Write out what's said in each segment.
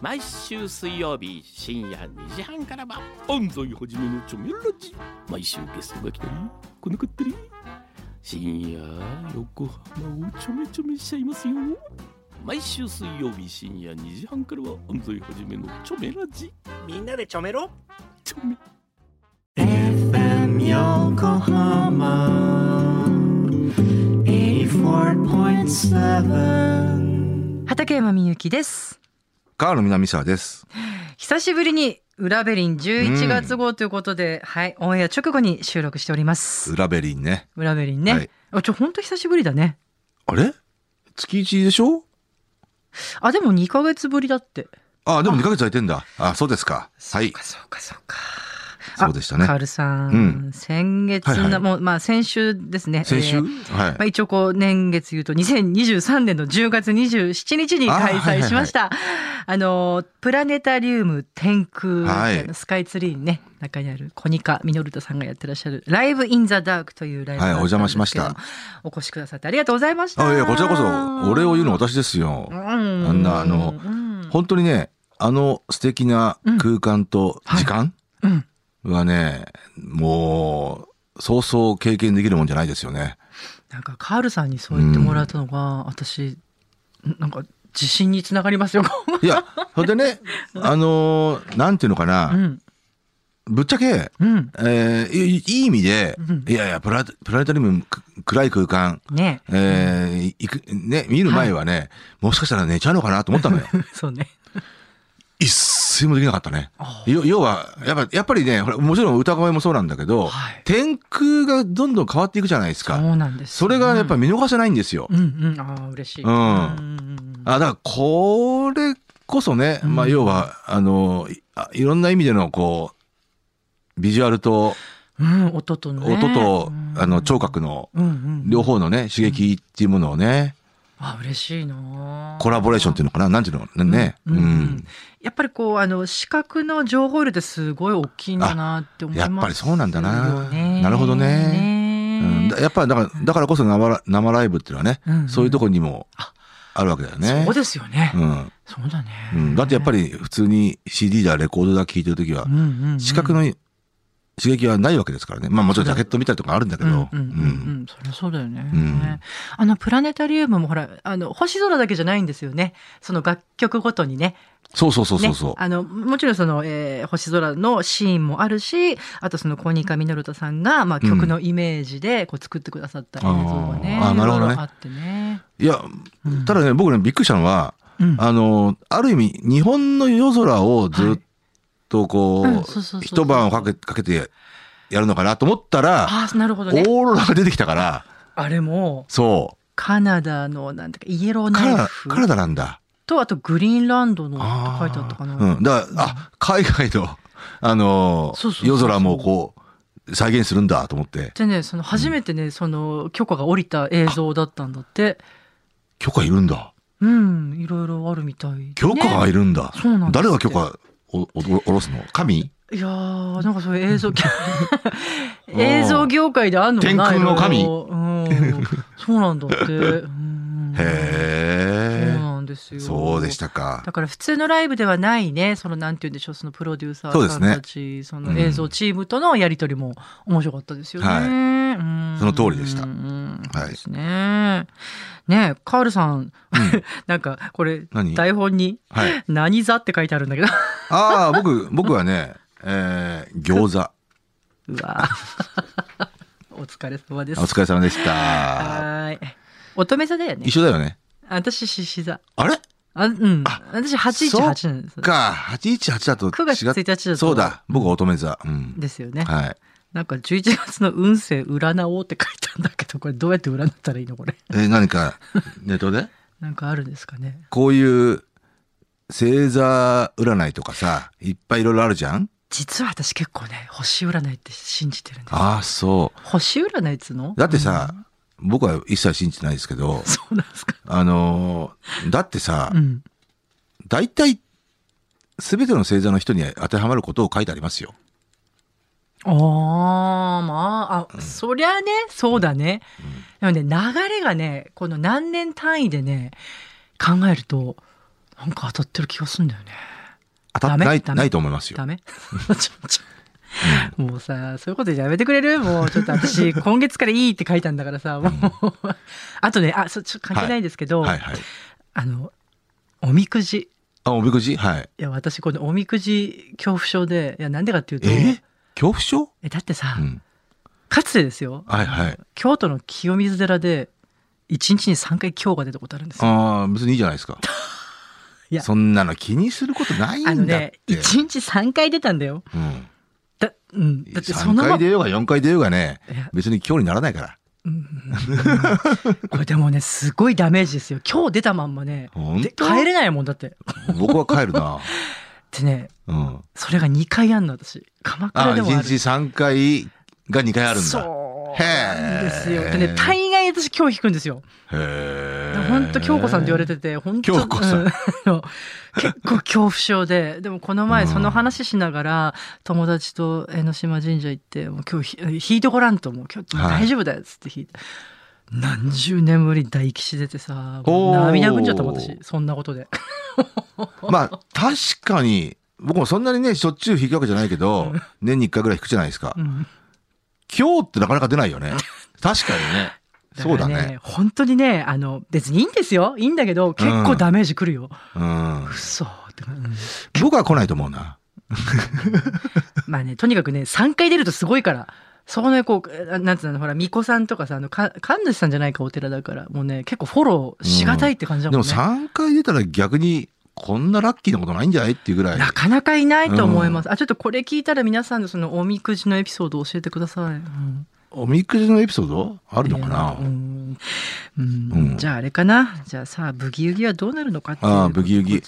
毎週水曜日深夜2時半からは安西はじめのチョメラジ毎週ゲストが来たり来なかったり深夜横浜をちょめちょめしちゃいますよ毎週水曜日深夜2時半からは安西はじめのチョメラジみんなでちょめろチョメ FM Yokohama 84.7畠山みゆきですカール南沢です。久しぶりに裏ベリン11月号ということで、はいオンエア直後に収録しておりますラベリンね。裏ベリンね、はいあちょ本当久しぶりだねあれ月一でしょあでも2ヶ月ぶりだってあ、でも2ヶ月空いてんだ。あ、そうですか。はそうい。かそうかそうかあそうでしたねカールさん、うん先月の、はいはいもうまあ先週ですね先週、えーはいまあ、。一応こう年月言うと2023年の10月27日に開催しましたあ,、のプラネタリウム天空、はいスカイツリーにね中にあるコニカミノルタさんがやってらっしゃるライブインザダークというライブはいがあったんですけどお邪魔しまお越しくださってありがとうございましたあ、いや、こちらこそ、お礼を言うの私ですよ。うんあんなあのうん本当にね、あの素敵な空間と時間うんはいはね、もう、そうそう経験できるもんじゃないですよね。なんかカールさんにそう言ってもらったのが、私なんか自信につながります よ。いや、それでね、あのーなんていうのかうな、んぶっちゃけ、うんえーいいいい意味でうん、いやいや、プラプラネタリウム、く暗い空間、ねえーいく、ね、見る前はね、もしかしたら寝ちゃうのかなと思ったの よ。そうね。一睡もできなかったね。よ要は、やっぱ、やっぱりね、ほら、もちろん歌声もそうなんだけど、はい天空がどんどん変わっていくじゃないですそか。うなんです。それがやっぱ見逃せないんですよ。うんうん、ああ、嬉しい。うんああ、だから、これこそね、まあ、うん要は、あの、いあいろんな意味での、こう、ビジュアルと、うん、音とね。音と、うんあの、聴。覚の、うんうん。両方のね、刺激っていうものをね、あ、嬉しいな。コラボレーションっていうのかななんていうのね。うんううんん。やっぱりこう、あの、視覚の情報量ってすごい大きいんだなって思いまやす。っぱりそうなんだな。ねなるほどね。うんねだやっぱりだから、だからこそ生ラ生ライブっていうのはね、うんそういうところにもああるわけだよね。そうですよね。うんそうだねう。ん。だってやっぱり、り普通に CD だレコードだ聴いてるときはうん、うんうん視覚の刺激はないわけですからね。まあもちろんジャケット見たりとかあるんだけど。うんうんうんうん、そりゃそうだよね、うんあのプラネタリウムもほらあの星空だけじゃないんですよねその楽曲ごとにねそうそうそうそうねそ、あのもちろんその、えー星空のシーンもあるしあとそのコニカミノルタさんが、まあ、曲のイメージでこう作ってくださった映像がね、あーあーなるほどねいろいろあってね。う。いやうん、ただね、僕ね、びっくりしたのは、うんあの、ある意味、日本の夜空をずっとこはいうんそうそうそうそうう、一晩をかけかけてやるのかなと思ったら、あーなるほオどねーロラが出てきたから、あれもそう。カナダのなんていうかイエローカナナイダ、フカナダなんだ。とあとグリーンランドのって書いてあったかな。ーうん。だから、あ、海外の、あのーそうそうそう夜空もこう、再現するんだと思って。でねその初めてね、その許可が下りた映像だったんだって許可いるんだ。うんいろいろあるみたいでね、許可がいるんだ。そうなんですって誰が許可を、お、おろすの神いやーなんかそういう映像 映像業界であんのかな天空の神いろいろうんそうなんだってうんそうへなんですえ。よそうでしたか。だから普通のライブではないねそのなんて言うんでしょうそのプロデューサーさんたちそ,、うのん映像チームとのやり取りも面白かったですよね、はいうんその通りでしたうんはいそうですねねえカールさん、 なんかこれ何台本にはい。 「何座」って書いてあるんだけど ああ、僕、僕はね、えー、餃子。あうわ ーお疲れ様ですお疲れ様でした。はーい。乙女座だよね一。緒だよね。私、獅子座。あれあ、うん。あ私、818なんです。か、818だと違っ9月1日だとそうだ、僕乙女座。うん。ですよね。はい。なんか、11月の運勢占おうって書いたんだけど、これどうやって占ったらいいのこれ。え、何か、ネッ トでなんかあるんですかね。こういう星座占いとかさ、いっぱいいろいろあるじゃん実は私結構ね、星占いって信じてるんですよ。ああ、そ星占いっつうのう。だってさ、僕は一切信じてないですけどうん、そうなんですか。あのーだってさう、ん。大体、すべての星座の人に当てはまることを書いてありますよ。ああ、まあ、あ、そりゃね、そうだね。でもね、流れがね、この何年単位でね、考えると、なんか当たってる気がするんだよね。当たってないダメないと思いますよダ。 メちょちょもうさ、そういうことやめてくれるもうちょっと 私、今月からいいって書いたんだからさ、もう。あとね、あ、そちょっと関係ないんですけど、はいはい。あの、おみくじ。あ、おみくじはい。いや、私、このおみくじ恐怖症で、いや、なんでかっていうと、え恐怖症えだってさ、うん。かつてですよ、はいはい。京都の清水寺で、1日に3回今日が出たことあるんですよ。ああ、別にいいじゃないですか い。やそんなの気にすることないんだあって。のね、1日3回出たんだよ。うん。だ、うん。だってそ3のま回出ようが4回出ようがねいや、別に今日にならないから。これでもね、すごいダメージですよ。今日出たまんまね、本で当帰れないもんだって。僕は帰るな。 でね、うん。それが2回あんの私。鎌あ、倉で1もある。日3回が2回あるんだ。そうなんへえですよ。でね、大概私今日弾くんですよ。へえ。本当京子さんって言われてて、本当京子さんうあの結構恐怖症 で、でもこの前うんその話しながら、友達と江ノ島神社行って、もう今日ひ弾いてごらんと、もう今日はい大丈夫だよっつって弾いて。何十年ぶりに大吉出てさ、もおうー涙ぐんじゃったもん私、そんなことで。まあ確かに僕もそんなにねしょっちゅう弾くわけじゃないけど年に1回ぐらい弾くじゃないですか、うん今日ってなかなか出ないよね確かに ね そうだからね。本当にね、あの、別にいいんですよ。いいんだけど、結構ダメージくるよ。うん嘘ってか、うん僕は来ないと思うなまあね、とにかくね、3回出るとすごいから。そこね、こう、あなんつうの、ほら、巫女さんとかさ、あの、か、神主さんじゃないか、お寺だから、もうね、結構フォローしがたいって感じだでもんもね。 3回出たら逆にこんなラッキーなことないんじゃないっていうぐらいなかなかいないと思います。あ、ちょっとこれ聞いたら皆さんのそのおみくじのエピソードを教えてください。うんおみくじのエピソードあるのかな、うん、うんうんじゃああれかな。じゃあさあ、ブギウギはどうなるのかっていう。あーブギウギ。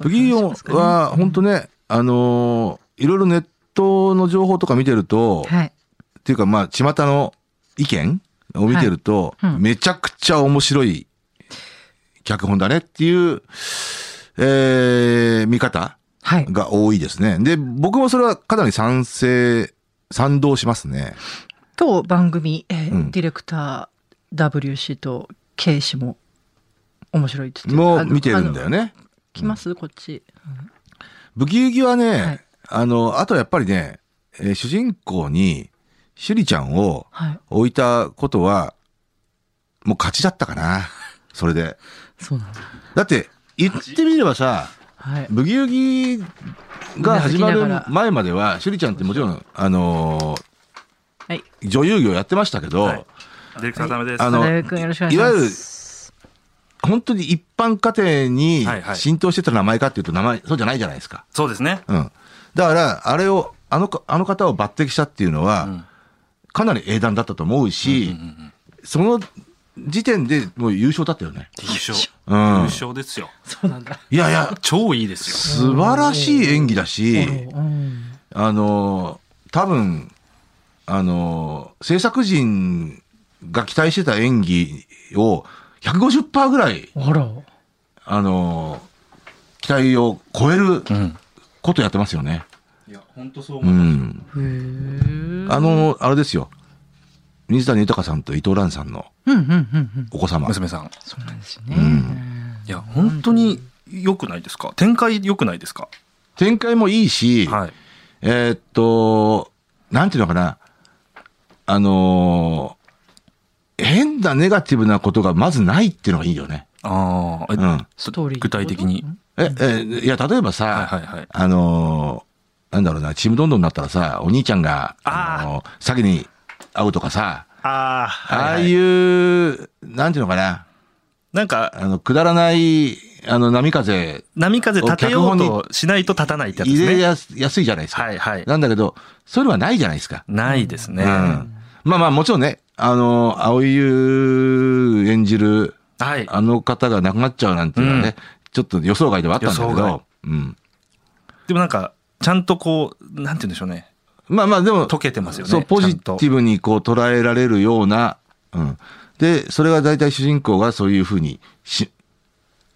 ブギーオは本当ね。ねあのーいろいろネットの情報とか見てると、はい。っていうかまあ巷の意見を見てると、はいうんめちゃくちゃ面白い脚本だねっていう、えー見方はい。が多いですね。で、僕もそれはかなり賛成、賛同しますね。と番組、えーうんディレクター WC と K 氏も面白いって言ってもあうの見てるんだよあのね。来ますこっちブギウギはね、はいあの、あとやっぱりね、えー主人公にシュリちゃんをはい置いたことは、もう勝ちだったかな。それで。そうなんだだって、言ってみればさ、はいブギウギが始まる前までは、シュリちゃんってもちろん、あのはいー女優業やってましたけど、はいディレクターダメです。あの田中君よろしくお願いしますいわゆる本当に一般家庭にはいはい浸透してた名前かっていうと名前、そうじゃないじゃないですか。そうですね。うん。だから、あれを、あのか、あの方を抜擢したっていうのは、うんかなり英断だったと思うし、うんうんうんその時点でもう優勝だったよね。優勝。う優ん。勝ですよ。そうなんだいやいや、超いいですよ。素晴らしい演技だし、うんあのー多分あのー制作陣が期待してた演技を150%ぐらいあらあのー期待を超えるうん。ことやってますよね。いや、本当そうう思う。ん。へーあのーあれですよ。水谷豊さんと伊藤蘭さんのうんうんうんうんお子様。娘さん。そうなんですよね、うんいや、本当に良くないですか展開良くないですか展開もいいし、はい。えーっと、なんていうのかな。あのー変なネガティブなことがまずないっていうのがいいよね。ああ、えうん。ストーリー具体的に。え、え、いや、例えばさ、はいはいはい。あのーなんだろうな、チームどんどんになったらさ、お兄ちゃんが、あーあのー詐欺に遭うとかさ、ああ、ああう。いう、なんていうのかな、なんか、あの、くだらない、あの、波風、波風立てようおとしないと立たないってやつ入ですれね。やすやすいじゃないですか。はいはい。なんだけど、そういうのはないじゃないですか。ないですね。うん。まあまあ、もちろんね、あのー、青井優演じる、はい。あの方が亡くなっちゃうなんていうのはね、うんちょっと予想外ではあったんだけ予想外ど、うん。でもなんか、ちゃんとこう、なんて言うんでしょうね。まあまあでも、溶けてますよねそう、ポジティブにこう捉えられるような、うん。で、それが大体主人公がそういうふうにし、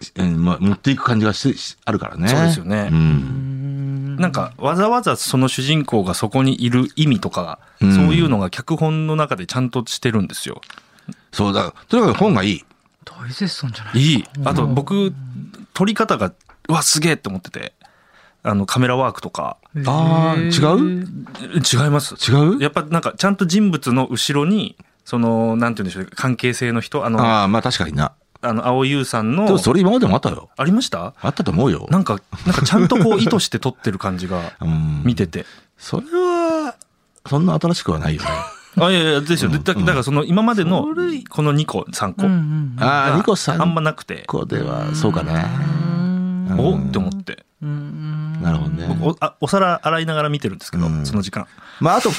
しえーまあ、持っていく感じがししあるからね。そうですよねう。うんんなんか、わざわざその主人公がそこにいる意味とか、うんそういうのが脚本の中でちゃんとしてるんですよ。そうだ。とにかく本がいい。大絶賛じゃないいい。あと僕、撮り方が、うわ、すげえって思ってて。あのカメラワークとかあー違う違います違うやっぱなんかちゃんと人物の後ろにそのなんて言うんでしょう関係性の人あのあああ、まあ確かにな。の青優さんのでもそれ今までもあったよ。ありましたあったと思うよ。なんかなんかちゃんと こう意図して撮ってる感じがうん見てて、それは、そんな新しくはないよね。あいやいやですよ、うんだだからその今までのこの2個3個んうんうんああ、がニコさん。あんまなくてこでは、そうかな。うんおって思ってうんなるほどね。僕おあお皿洗いながら見てるんですけど、うんその時間まあ、あと、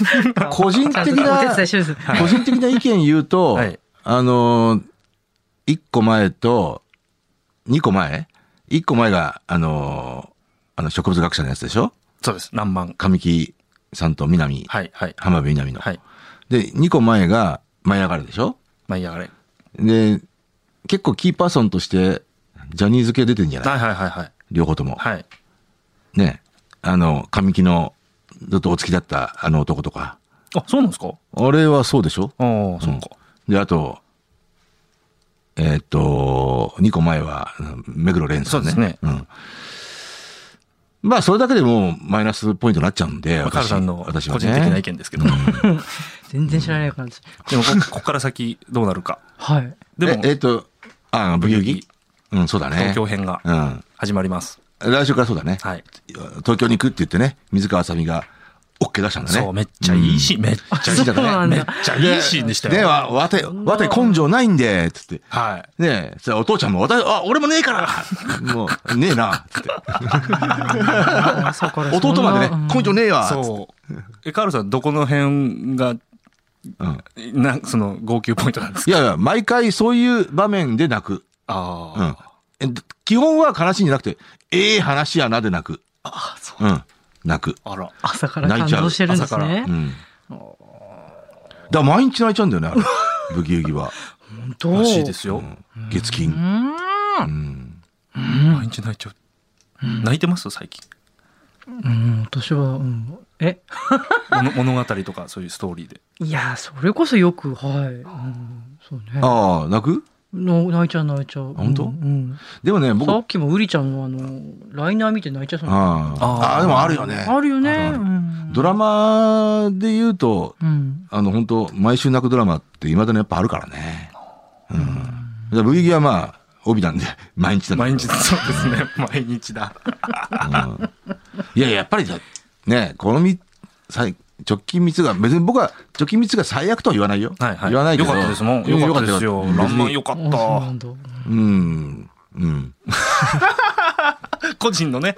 個人ちゃん的とお手な伝い、してるんです個人的な意見言うと、はいあのー、1個前と、2個前 ?1 個前が、あのー、あの植物学者のやつでしょそうです何万神木さんと南、はいはい浜辺南の。はいで、2個前が舞い上がるでしょ舞い上がれで、結構キーパーソンとして、ジャニーズ系出てんじゃないはいはいはいはい両方とも。はいね。あの、神木の、ずっとお付きだったあの男とか。あそうなんですかああれはそうでしょあーそうか、で、あと、えーっと、2個前は、うん目黒蓮さんね。そうですねん。まあ、それだけでもうマイナスポイントになっちゃうんで、まあカール私さんの個私人は的ねな意見ですけど、全然知らないからです。 でもこここから先どうなるかはい。でもえ、えーっと、あ、ブギウギうん、そうだね。東京編がうん。始まります、来週からそうだね。はい、東京に行くって言ってね、水川あさみが OK 出したんだね。そうめっちゃいいシーン、めっちゃいい好きだそねうなんめっだ。ちゃいいシーンでしたよで、わ、わて、わて根性ないんで、つって。はいねえ、そしたらお父ちゃんも、私、あ、俺もねえから もう、ねえな、つって。そうこれ弟までそんねな、根性ねえわ、つって。そう。え、カールさん、どこの辺が、うんな、その、号泣ポイントなんですかいやいや、毎回そういう場面で泣く。あうん。え基本は悲しいんじゃなくて、ええ話やなで泣く。あ、そうん。泣く。う。あら。朝から感動してるんです泣ねう。ん。だから毎日泣いちゃうんだよ ね、あれブギウギは。本当らしいですよ。うん月う金。ん。うん。毎日泣いちゃう。泣いてます最近。うん、私は、うん、え、もの 物語とか、そういうストーリーで。いや、それこそよく、はい。うん、そうね。ああ、泣くの泣いちゃう泣いちゃう。本当うん。でもね、うん僕、さあっきもウリちゃんのあの、ライナー見て泣いちゃそうなあああ、でもあるよね。あるよね。あるあるうんドラマで言うと、うん。あの、本当毎週泣くドラマっていまだにやっぱあるからね。うん。だからブギウギはまあ、帯なんで、 毎日だ毎日、そうですね。 毎日だ。いやいや、やっぱりだね、このみ、最直近密が、別に僕は直近密が最悪とは言わないよ。はいはい。言わないけよど。かったですもん。よかったですよ。うんよラかったンマンよかあそうなっんだ。うん。うん。た。個人のね。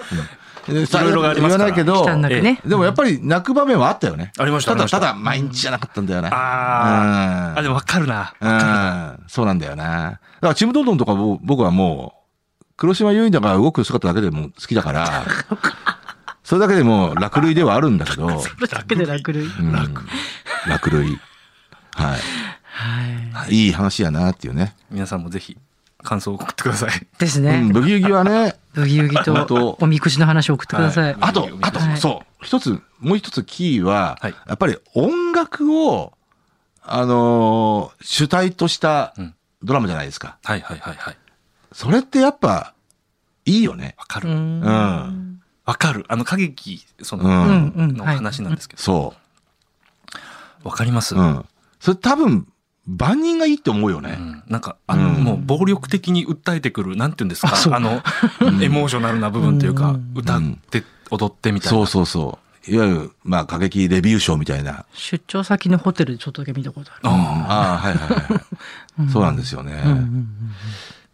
でいろいろがあります言わかならいけど、汚なくね。でもやっぱり泣く場面はあったよね。ありましたたありまだ、したただ、毎日じゃなかったんだよね。あうんあ、でもわかるな。うん。そうなんだよな。だから、チムドンドンとかも僕はもう、黒島結だが動く姿だけでも好きだから、それだけでもう落類ではあるんだけど、 それだけで楽類。うん落類。ははい。い。いい話やなっていうね。皆さんもぜひ、感想を送ってください。ですうん、ね。ブギウギはね、 ブギウギと本当おみくじの話を送ってください。あとブギウ、ギあとは、いそう、一つ、もう一つキーは、はいやっぱり音楽を、あのー主体としたうんドラマじゃないですか。はいはいはいはい。それってやっぱ、いいよね。わかうる。んううんん。わかる。あの、歌劇、その、うんうんのはい話なんですけど。そわかります、う。うん。それ多分、万人がいいって思うよね。うんなんか、あの、うんもう暴力的に訴えてくる、なんて言うんですか、そうあの、エモーショナルな部分というか、うん歌って、踊ってみたいな。そうそうそう。いわゆる、まあ、過激レビュー賞みたいな。出張先のホテルでちょっとだけ見たことある。ああああ、はいはい はいはい。そうなんですよね。うんうんうん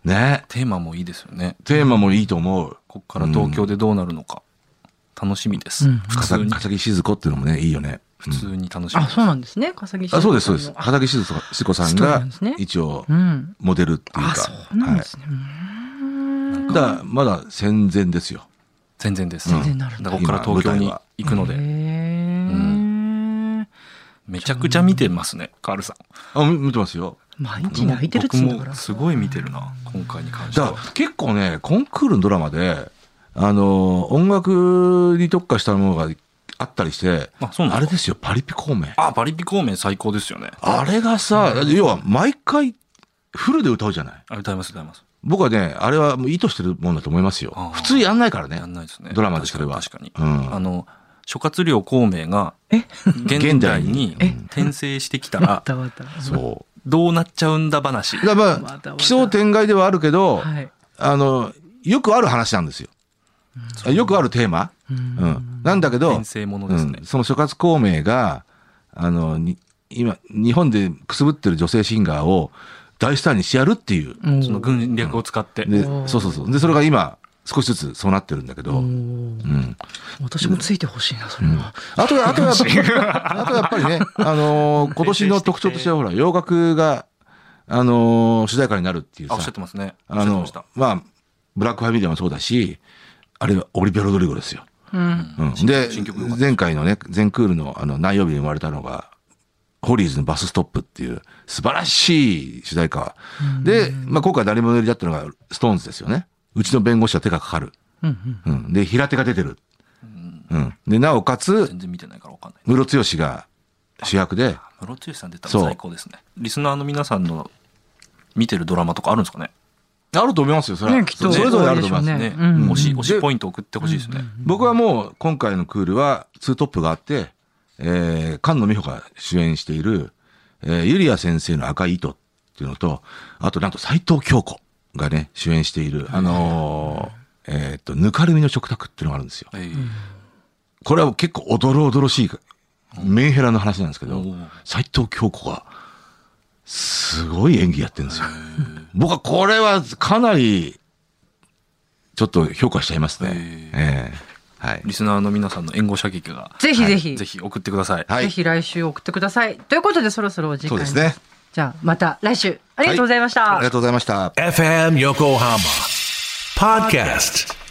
ね。テーマもいいですよね。テーマもいいと思う。ここから東京でどうなるのか、楽しみです。うん普通笠に、木静子っていうのもね、いいよね。普通に楽しみあ、です。そうなんですね。笠木あそうです、そうです。あ畑静子静子さんそうながんですね一応うん。モデルっていうあ、かそ、うなんでい。すね。うんだからまだ戦前ですよ。全然です。全然なるんだだからここから東京に行くのへで、ーめちゃくちゃ見てますね、カールさん。あ、み見てますよ。毎日泣いてるっつうんだ僕かもら。すごい見てるな、今回に関してだはか。ら結構ね、コンクールのドラマで、あのー、音楽に特化したものがあったりして、あそうなんあれですですよ、パリピ孔明。かあ、パリピ孔明最高ですよね。あれがさ、要は毎回フルで歌うじゃないあ、歌います、歌います。僕はね、あれはもう意図してるもんだと思いますあーよ。普通やんないからねや。んないですね。ドラマでそれは確かに。確うかにんあ。の、諸葛亮孔明がえ、現代に現代に転生してきたま ら、たまた。そどうなっちゃうんだ話。う。だからままたあ、奇想天外ではあるけど、はい。あの、よくある話なんですよ。よくあるテーマ。う。うんん。なんだけど転、生ものうですねん、。その諸葛孔明が、あの、に今、日本でくすぶってる女性シンガーを大スターにしてやるっていう。うんその軍略を使って。でお、ーそうそうそう。で、それが今、少しずつそうなってるんだけど、おうーん。私もついてほしいな、それは。あと、あとやっ ぱ、あとやっぱりね、あのー今年の特徴としては、ほら、洋楽が、あのー主題歌になるっていうさあ、おっしゃってますね。おっしあゃってまのした。、まあ、ブラックファミリアもそうだし、あれはオリビア・ロドリゴですよ。うん。うん、新で新曲良かっ、た前回のね、全クールの、あの、何曜日に生まれたのが、ホリーズのバスストップっていう、素晴らしい主題歌。で、まあ、今回誰も乗りだったのが、ストーンズですよね。うちの弁護士は手がかかる。うんうん。うん。で、平手が出てる。うん。で、なおかつ、全然見てないからわかんない。ムロツヨシが主役で、ムロツヨシさん出たそらう最高ですね。リスナーの皆さんの見てるドラマとかあるんですかねあると思いますよ、それは。ねきっとそれぞれあると思います。ねね。うん推し、推しでポイント送ってほしいですね。僕はもう今回のクールはツートップがあって、えー、菅野美穂が主演している、えー、ゆりや先生の赤い糸っていうのと、あとなんと斎藤京子がね、主演している、あのーえーっと、ぬかるみの食卓っていうのがあるんですよ。えいこれは結構おどろおどろしい、メンヘラの話なんですけどうん、斎藤京子が、すごい演技やってるんですよ。僕はこれはかなり、ちょっと評価しちゃいますね。ええはい。リスナーの皆さんの援護射撃が、ぜひぜひ、ぜぜひ送ってください。はいひ来週送ってください。ということで、そろそろお時そう間でですね。じゃあ、また来週、ありがとうございました。ありがとうございました。 FM Yokohama Podcast.